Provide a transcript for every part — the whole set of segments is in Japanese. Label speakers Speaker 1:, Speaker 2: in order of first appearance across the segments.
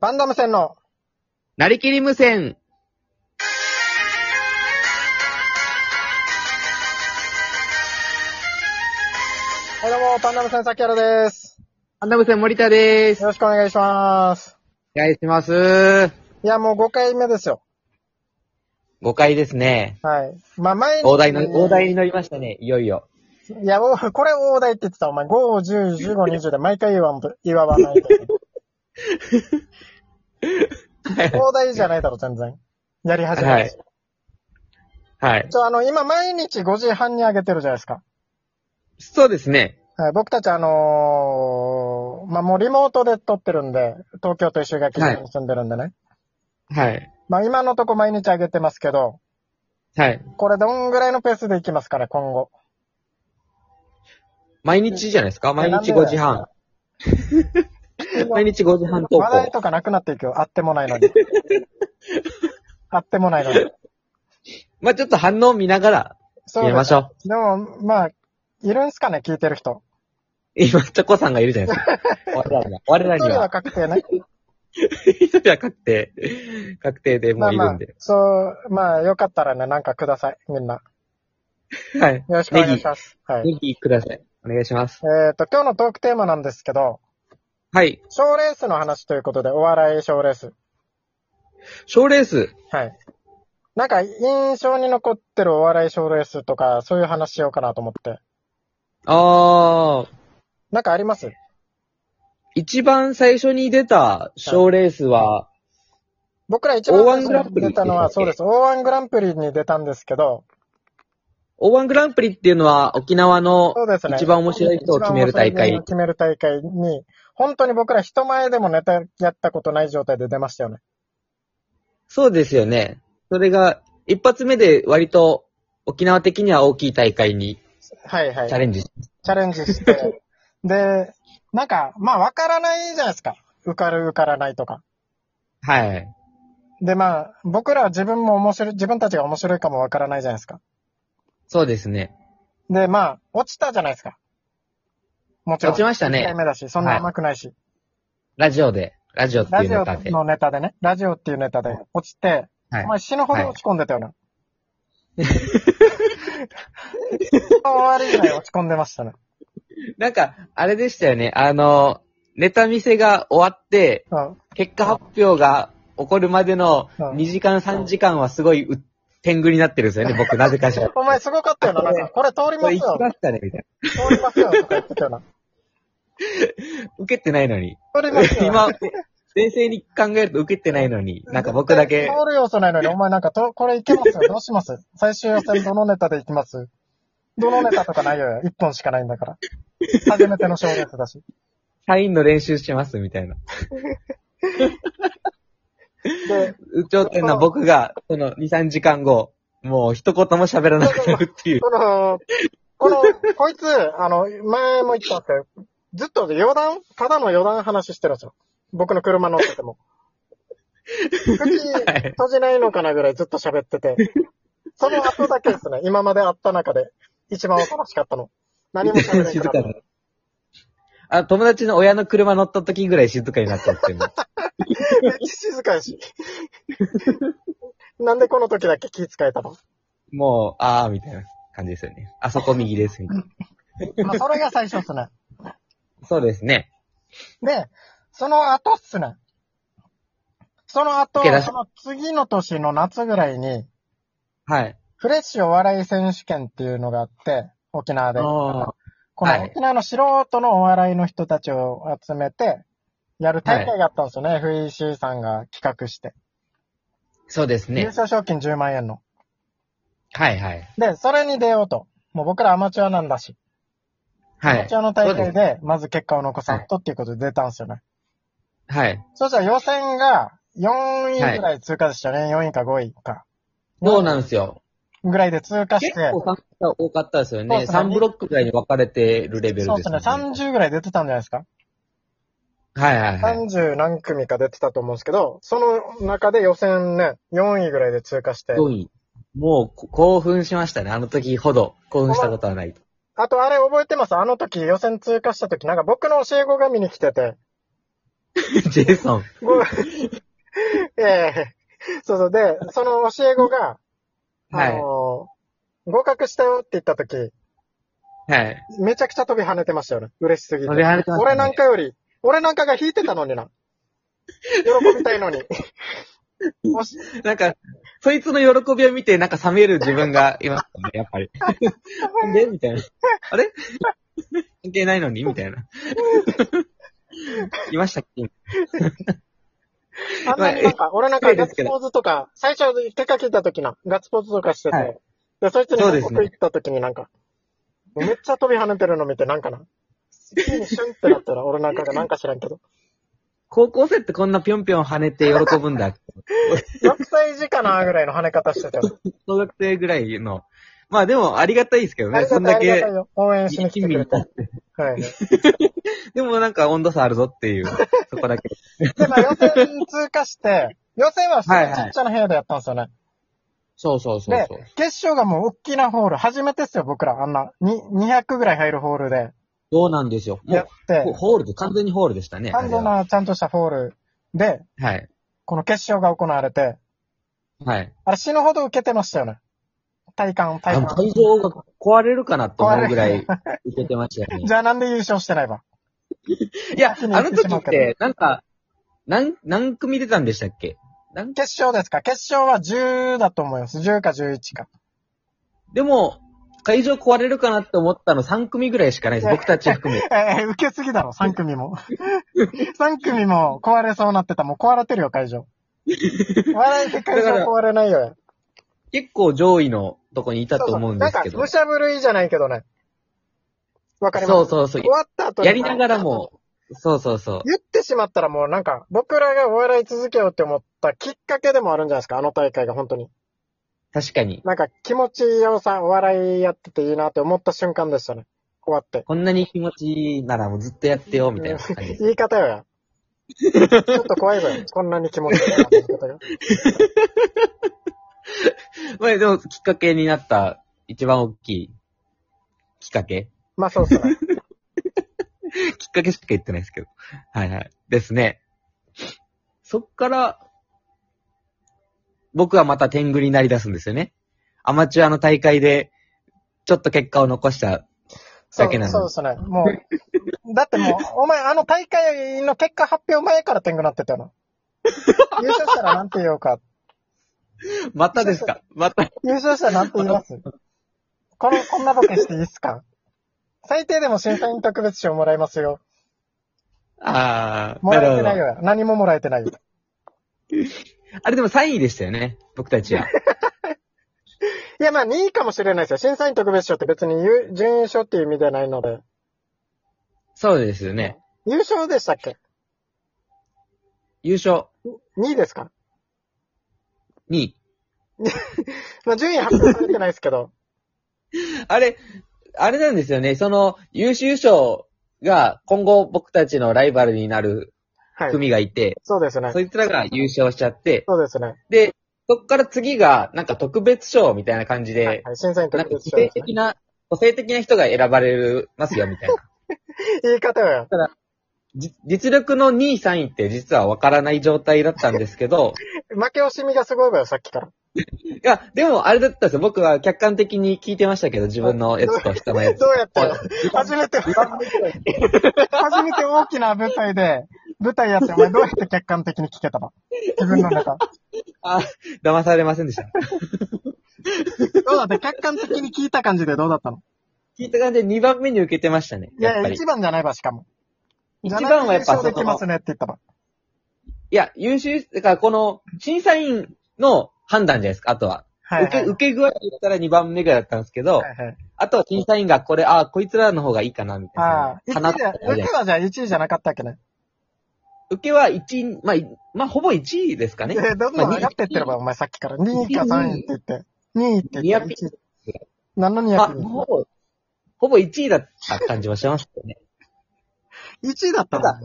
Speaker 1: バンダム戦の、
Speaker 2: なりきり無線。
Speaker 1: はいどうも、パンダム戦崎原です。
Speaker 2: アンダム線森田でーす。
Speaker 1: よろしくお願いします。
Speaker 2: お願いします。5
Speaker 1: いや、もう5回目ですよ。
Speaker 2: 回ですね。
Speaker 1: はい。まあ、前に、
Speaker 2: 大台の、大台に乗りましたね、いよいよ。
Speaker 1: いや、もうこれ大台って言ってた、お前。5、10、15、20で毎回言わんと、言わないと。大台じゃないだろ、全然。やり始め
Speaker 2: は
Speaker 1: た
Speaker 2: い
Speaker 1: し。
Speaker 2: はい。
Speaker 1: ちょ、あの、今毎日5時半に上げてるじゃないですか。
Speaker 2: そうですね。
Speaker 1: はい、僕たちあのーまあ、もうリモートで撮ってるんで、東京と石垣島に住んでるんでね。
Speaker 2: はい。
Speaker 1: まあ、今のとこ毎日上げてますけど、
Speaker 2: はい。
Speaker 1: これどんぐらいのペースでいきますかね、今後。
Speaker 2: 毎日じゃないですか毎日5時半。毎日5時半投
Speaker 1: 話題
Speaker 2: 稿。
Speaker 1: とかなくなっていくよ。あってもないの に。あってもないのに。
Speaker 2: まあちょっと反応見ながら、
Speaker 1: そ
Speaker 2: やりまし
Speaker 1: ょ
Speaker 2: ょ
Speaker 1: う。でも、まあ、いるんすかね、聞いてる人。
Speaker 2: う。今、チョコさんがいるじゃないですか。 我らには。我ら
Speaker 1: 一
Speaker 2: に
Speaker 1: 人は
Speaker 2: は。
Speaker 1: 確定ね。
Speaker 2: 一人は確定。確定でも
Speaker 1: まあ
Speaker 2: うい
Speaker 1: ま
Speaker 2: る
Speaker 1: あ
Speaker 2: んで。、
Speaker 1: そう、まあ、よかったらね、なんかください、みんな。
Speaker 2: はい。
Speaker 1: よろしくお願いします。はい。
Speaker 2: ぜひください。お願いします。
Speaker 1: えっ、と、今日のトークテーマなんですけど、
Speaker 2: はい。
Speaker 1: 賞レースの話ということで、お笑い賞レース。
Speaker 2: 賞レース。
Speaker 1: はい。なんか、印象に残ってるお笑い賞レースとか、そういう話しようかなと思って。
Speaker 2: あー。
Speaker 1: なんかあります
Speaker 2: 一番最初に出た賞レースは、
Speaker 1: 僕ら一番
Speaker 2: O1 グランプリ
Speaker 1: 出たのは、
Speaker 2: でした
Speaker 1: そ
Speaker 2: っ
Speaker 1: うで
Speaker 2: け
Speaker 1: す。O1 グランプリに出たんですけど、
Speaker 2: O1 グランプリっていうのは沖縄の
Speaker 1: そうですね。
Speaker 2: 一番面白い人を決める大
Speaker 1: 一番面白い人を
Speaker 2: 会。
Speaker 1: 決める大会に、本当に僕ら人前でもネタやったことない状態で出ましたよね。
Speaker 2: そうですよね。それが一発目で割と沖縄的には大きい大会に
Speaker 1: はいはい。
Speaker 2: チャレンジし
Speaker 1: チャレンジして。で、なんか、まあわからないじゃないですか。受かる受からないとか。
Speaker 2: はい。
Speaker 1: でまあ、僕らは自分も面白い、自分たちが面白いかもわからないじゃないですか。
Speaker 2: そうですね。
Speaker 1: でまあ、落ちたじゃないですか。もちろん。
Speaker 2: 落ちました
Speaker 1: 1
Speaker 2: ね
Speaker 1: 回。目だし、そんな甘くないし。
Speaker 2: ラジオで。ラジオってい
Speaker 1: ラ
Speaker 2: う
Speaker 1: ジ
Speaker 2: ネ
Speaker 1: オ
Speaker 2: タで。
Speaker 1: のネタでね、ラジオっていうネタで落ちて、
Speaker 2: はい
Speaker 1: お前死ぬほど落ち込んでたよ な。終わりぐらい落ち込んでましたね。
Speaker 2: なんか、あれでしたよね。あの、ネタ見せが終わって、
Speaker 1: うん。
Speaker 2: 結果発表が起こるまでの2時間3時間はすごいう、天狗になってるんですよね、僕、なぜか しら。
Speaker 1: お前すごかったよな。なんか、これ通り
Speaker 2: こ
Speaker 1: ま
Speaker 2: れ
Speaker 1: す
Speaker 2: 行き
Speaker 1: よ。
Speaker 2: ましたね、みたい
Speaker 1: 通りますよ。とか言ってたよな。
Speaker 2: な。受けてないのに。
Speaker 1: 通りますよ。
Speaker 2: 今、冷静に考えると受けてないのに、なんか僕だけ、
Speaker 1: 通る要素ないのに、お前なんかと、これいけますよ。どうします最終予選どのネタでいきますどのネタとかないよ。一本しかないんだから。初めての賞レースだし。
Speaker 2: サインの練習します、みたいな。
Speaker 1: で、
Speaker 2: うちょってんな僕が、その2、3時間後、もう一言も喋らなくなるっていう。
Speaker 1: この、この、こいつ、あの、前も言ったって、ずっと余談、ただの余談話してるんですよ。僕の車乗ってても。口
Speaker 2: い
Speaker 1: 閉じないのかなぐらいずっと喋ってて。その後だけですね、今まで会った中で、一番楽しかったの。何も喋れな
Speaker 2: 静
Speaker 1: か
Speaker 2: か
Speaker 1: っ
Speaker 2: な。あ、友達の親の車乗った時ぐらい静かになったって いうの。
Speaker 1: た。静かやし。なんでこの時だけ気遣えたの
Speaker 2: もう、あー、みたいな感じですよね。あそこ右です、みたいな。
Speaker 1: まあ、それが最初ですね。
Speaker 2: そうですね。
Speaker 1: で、その後っすね。その後、
Speaker 2: 受け出し
Speaker 1: その次の年の夏ぐらいに、
Speaker 2: はい。
Speaker 1: フレッシュお笑い選手権っていうのがあって、沖縄で。
Speaker 2: あ
Speaker 1: この
Speaker 2: はい
Speaker 1: 沖縄の素人のお笑いの人たちを集めて、やる大会があったんですよね。FEC さんが企画して。
Speaker 2: そうです
Speaker 1: 優
Speaker 2: ね。
Speaker 1: 勝賞金10万円の。
Speaker 2: はいはい。
Speaker 1: で、それに出ようと。もう僕らアマチュアなんだし。
Speaker 2: は
Speaker 1: アマ
Speaker 2: い
Speaker 1: チュ。アの大
Speaker 2: そうで
Speaker 1: 会で、まず結果を残さんとっていうことで出たんですよね。
Speaker 2: はい。
Speaker 1: そしたら予選が4位ぐらい通過でしたね。4位か5位か。
Speaker 2: そうなんですよ。
Speaker 1: ぐらいで通過して
Speaker 2: 結。構参加多かったですよ
Speaker 1: そう
Speaker 2: ね。
Speaker 1: ですね
Speaker 2: 3ブロックぐらいに分かれてるレベルです
Speaker 1: そ
Speaker 2: よ
Speaker 1: うで
Speaker 2: ね。
Speaker 1: すね。30ぐらい出てたんじゃないですか。
Speaker 2: はいはいはい。
Speaker 1: 30何組か出てたと思うんですけど、その中で予選ね、4位ぐらいで通過して。
Speaker 2: 4位。もうこ興奮しましたね。あの時ほど興奮したことはないと。
Speaker 1: あとあれ覚えてますあの時予選通過した時、なんか僕の教え子が見に来てて、
Speaker 2: ジェイソン。
Speaker 1: ご ええそうそう。で、その教え子が、
Speaker 2: は
Speaker 1: あ
Speaker 2: い
Speaker 1: の合格したよって言ったとき、
Speaker 2: はい。
Speaker 1: めちゃくちゃ飛び跳ねてましたよね。嬉しすぎて。
Speaker 2: 飛び跳ねてましたね
Speaker 1: 俺なんかより、俺なんかが弾いてたのにな。喜びたい のに。もし、
Speaker 2: なんか、そいつの喜びを見て、なんか冷める自分がいますね、やっ ぱり。でみたいな。あれ 関係ないのにみたいな。 いましたっけ
Speaker 1: あんなになんか、俺なん
Speaker 2: ま
Speaker 1: か
Speaker 2: あ
Speaker 1: ガッツポーズとか、最初手かけた時な、ガッツポーズとかしてて、
Speaker 2: はい
Speaker 1: で、そいつに
Speaker 2: そうです
Speaker 1: 報
Speaker 2: ね
Speaker 1: 告行った時になんか、めっちゃ飛び跳ねてるの見てなんかな、急にシュンってなったら俺なんかがなんか知らんけど、
Speaker 2: 高校生ってこんなぴょんぴょん跳ねて喜ぶんだ。
Speaker 1: 6歳児かなぐらいの跳ね方してたよ。
Speaker 2: 小学生ぐらいの。まあでも、ありがたいですけど
Speaker 1: あ
Speaker 2: ね。
Speaker 1: り
Speaker 2: そ
Speaker 1: が
Speaker 2: ん
Speaker 1: たい、
Speaker 2: だ
Speaker 1: ありがた
Speaker 2: け
Speaker 1: い、よ。応援しに来
Speaker 2: 一
Speaker 1: て
Speaker 2: 気
Speaker 1: く
Speaker 2: に
Speaker 1: れて。
Speaker 2: 至
Speaker 1: は
Speaker 2: って。
Speaker 1: い。
Speaker 2: でもなんか温度差ある ぞっていう、そこだけ。
Speaker 1: で、まあ予選通過して、予選は普通のちっちゃな部屋でやったんですよね。
Speaker 2: そうそうそうそう。
Speaker 1: 決勝がもう大きなホール、初めてですよ、僕ら。あんな、に200ぐらい入るホールで
Speaker 2: そうなんですよ。
Speaker 1: やっ
Speaker 2: も
Speaker 1: て
Speaker 2: う、、ホールで、完全にホールでしたね。あ
Speaker 1: 完
Speaker 2: れ
Speaker 1: 全
Speaker 2: は
Speaker 1: なちゃんとしたホールで、
Speaker 2: はい。
Speaker 1: この決勝が行われて、
Speaker 2: はい。
Speaker 1: あれ死ぬほど受けてましたよね。体感、体
Speaker 2: あの
Speaker 1: 感。
Speaker 2: 会場が壊れるかなと思うぐらい受けてましたよ ね
Speaker 1: じ。ゃあなんで優勝してないわ。
Speaker 2: いや、あの時って、なんか、何、何組出たんでしたっけなん
Speaker 1: 決勝ですか決勝は10だと思います。10か11か。
Speaker 2: でも、会場壊れるかなって思ったの3組ぐらいしかないです。僕たち 含め。
Speaker 1: ええ受けすぎだろ、3組 も。3組も壊れそうなってた。もう壊れてるよ、 会場。笑いで会場壊れないよ。
Speaker 2: 結構上位のとこにいたと思うんですけ
Speaker 1: な
Speaker 2: ど
Speaker 1: んか、。むしゃぶるいじゃないけどね。わかります
Speaker 2: そうそうそう
Speaker 1: 終。わった後に
Speaker 2: やりながらも、そうそうそう。
Speaker 1: 言ってしまったらもうなんか、僕らがお笑い続けようって思ったきっかけでもあるんじゃないですか、あの大会が本当に。
Speaker 2: 確かに。
Speaker 1: なんか気持ちよさ、お笑いやってていいなって思った瞬間でしたね。終わって。
Speaker 2: こんなに気持ちいいならもうずっとやってよ、みたいな感じです。
Speaker 1: 言い方よや。ちょっと怖いぞよ。こんなに気持ちいいなって言い方が。
Speaker 2: まあでも、きっかけになった一番大きいきっかけ
Speaker 1: まあそうっすね。
Speaker 2: きっかけしか言ってないですけど。はいはい。ですね。そっから、僕はまた天狗になり出すんですよね。アマチュアの大会で、ちょっと結果を残した。
Speaker 1: そ
Speaker 2: だけな
Speaker 1: う
Speaker 2: の
Speaker 1: そうっすね。もう、だってもう、お前あの大会の結果発表前から天狗なってたよな。優勝したらなんて言おうか。
Speaker 2: またです かまた。
Speaker 1: 優勝したらなんて言いますこの、こんなボケしていいっすか最低でも審査員特別賞もらいますよ。
Speaker 2: ああ、
Speaker 1: もらえてな
Speaker 2: ないる
Speaker 1: よや。何ももらえてないよ。
Speaker 2: ほどあれでも3位でしたよね。僕たち は。
Speaker 1: いや、まあ2位かもしれないですよ。審査員特別賞って別に優準優勝っていう意味ではないので。
Speaker 2: そうですよね。
Speaker 1: 優勝でしたっけ
Speaker 2: 優勝
Speaker 1: ?2 位ですか
Speaker 2: 2位。
Speaker 1: まあ順位発表されてないですけど。
Speaker 2: あれ、あれなんですよね。その、優秀賞が今後僕たちのライバルになる
Speaker 1: はい。
Speaker 2: 組がいて、
Speaker 1: そうですね
Speaker 2: そ。いつらが優勝しちゃって、
Speaker 1: そうですね。
Speaker 2: で、そっから次が、なんか特別賞みたいな感じで、
Speaker 1: はいはい。審査員特
Speaker 2: なんか個
Speaker 1: 別賞で
Speaker 2: 性
Speaker 1: すね。
Speaker 2: 的な、個性的な人が選ばれますよ、み たいな。
Speaker 1: 言い方よ。
Speaker 2: じ実力の2位、3位って実は分からない状態だったんです けど、
Speaker 1: 負け惜しみがすごいわよ、さっきから。
Speaker 2: いや、でもあれだったんですよ。僕は客観的に聞いてましたけど、自分のやつと人のやつ
Speaker 1: ど。うやってよ。初めて、初めて大きな舞台で、舞台やって、お前どうやって客観的に聞けたの自分のネタ。
Speaker 2: あ、騙されませんでした。
Speaker 1: どうだって客観的に聞いた感じでどうだったの
Speaker 2: 聞いた感じで2番目に受けてましたね。
Speaker 1: い
Speaker 2: やっ
Speaker 1: や、
Speaker 2: ぱり
Speaker 1: 一。番じゃないわ、しかも。
Speaker 2: 一番はやっ
Speaker 1: じ
Speaker 2: ぱ
Speaker 1: ゃなくて優勝で
Speaker 2: そ
Speaker 1: きます
Speaker 2: の、
Speaker 1: ねって言ったわ。
Speaker 2: いや、優秀、だからこの、審査員の判断じゃないですか、あとは。
Speaker 1: はいはい。
Speaker 2: 受け、受け具合で言ったら2番目ぐらいだったんですけど、
Speaker 1: はいはい
Speaker 2: あとは審査員がこれ、ああ、こいつらの方がいいかな、みたい
Speaker 1: ああ
Speaker 2: な。、
Speaker 1: 1
Speaker 2: 放っ
Speaker 1: 位で、受
Speaker 2: たじゃん
Speaker 1: けはじゃあ1位じゃなかったっけね。
Speaker 2: 受けは1位、まあ、いまあ、ほぼ1位ですかね。
Speaker 1: え、どんどん上がってってれ
Speaker 2: ま
Speaker 1: ば、お前さっきから。2位か3位って言って。2位って
Speaker 2: ニ
Speaker 1: 言
Speaker 2: ア
Speaker 1: っ
Speaker 2: ピ
Speaker 1: て。1位何のニ
Speaker 2: あ
Speaker 1: ア
Speaker 2: まあ、
Speaker 1: ピン
Speaker 2: ほぼ、ほぼ1位だった感じはしますよね。
Speaker 1: ?1 位だったんだ。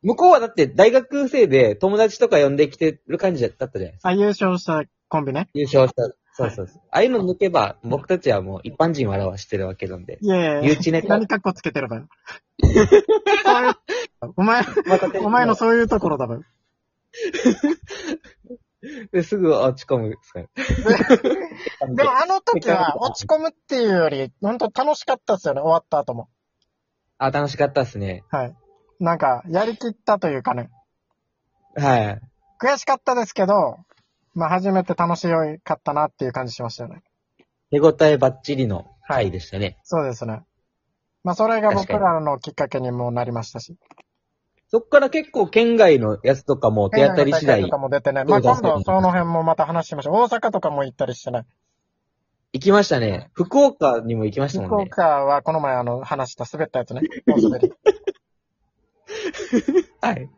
Speaker 2: 向こうはだって大学生で友達とか呼んできてる感じだったじゃないですか。
Speaker 1: あ、優勝したコンビね。
Speaker 2: 優勝した。そうそうそう。ああいうの抜けば、僕たちはもう一般人を表してるわけなんで。
Speaker 1: いやいやい
Speaker 2: 誘
Speaker 1: や。
Speaker 2: 致ネタ
Speaker 1: 何。カッコつけてればよ。そういう お前、
Speaker 2: また
Speaker 1: お前のそういうところだろ。
Speaker 2: ですぐ落ち込むんです かね。
Speaker 1: でもあの時は落ち込むっていうより、本当楽しかったですよね、終わった後も。
Speaker 2: あ、楽しかったですね。
Speaker 1: はい。なんか、やりきったというかね、
Speaker 2: はい。
Speaker 1: 悔しかったですけど、まあ初めて楽しいかったなっていう感じしましたよね。
Speaker 2: 手応えバッチリの回でしたね。
Speaker 1: そうですね。まあそれが僕
Speaker 2: 確かに
Speaker 1: らのきっかけにもなりましたし。
Speaker 2: そっから結構県外のやつとかも手当たり次
Speaker 1: 県外の大会と
Speaker 2: 第
Speaker 1: かも出てね。まあ今
Speaker 2: どう
Speaker 1: 度
Speaker 2: 出す
Speaker 1: そ
Speaker 2: か
Speaker 1: の辺もまた話しましょう。大阪とかも行ったりしてね。
Speaker 2: 行きましたね。福岡にも行きました
Speaker 1: 福
Speaker 2: もんね。
Speaker 1: 岡はこの前あの話した滑ったやつね。お滑り。
Speaker 2: はい。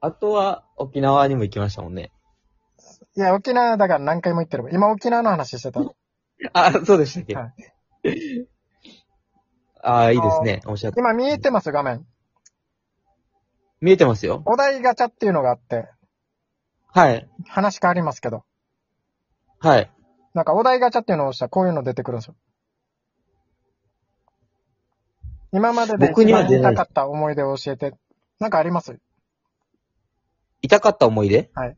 Speaker 2: あとは沖縄にも行きましたもんね。
Speaker 1: いや、沖縄だから何回も行ってる。今沖縄の話してた。
Speaker 2: あ、そうでしたっけ、
Speaker 1: は
Speaker 2: ああ、いいですね。面白かった。
Speaker 1: 今見えてます、画面。
Speaker 2: 見えてますよ。
Speaker 1: お題ガチャっていうのがあって、
Speaker 2: はい。
Speaker 1: 話変わりますけど。
Speaker 2: はい。
Speaker 1: なんかお題ガチャっていうのを押したらこういうの出てくるんですよ。今までで
Speaker 2: 僕
Speaker 1: 一
Speaker 2: には
Speaker 1: 番
Speaker 2: 出ない
Speaker 1: 痛かった思い出を教えて。なんかあります
Speaker 2: 痛かった思い出
Speaker 1: はい。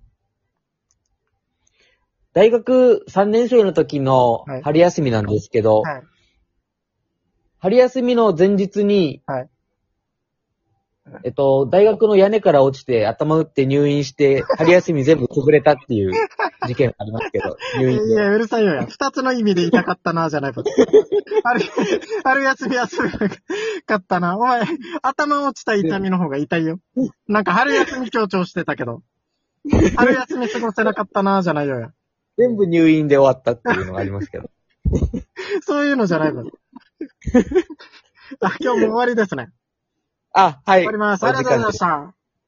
Speaker 2: 大学3年生の時の
Speaker 1: はい
Speaker 2: 春休みなんですけど、
Speaker 1: はい。
Speaker 2: 春休みの前日に、
Speaker 1: はい
Speaker 2: えっと、大学の屋根から落ちて頭打って入院して、春休み全部潰れたっ ていう事件がありますけど、入院
Speaker 1: い
Speaker 2: で。
Speaker 1: や、うるさい よや。二つの意味で痛かったな、じゃないか。ある、 ある休み休みかったな。お前、頭落ちた痛みの方が痛いよ。なんか春休み強調してたけど。春休み過ごせなかったな、じゃないよや。
Speaker 2: 全部入院で終わったっていうのがありますけど。
Speaker 1: そういうのじゃない の。あ、今日も終わりですね。
Speaker 2: あ、はい。
Speaker 1: 終わります。ありがとうございました。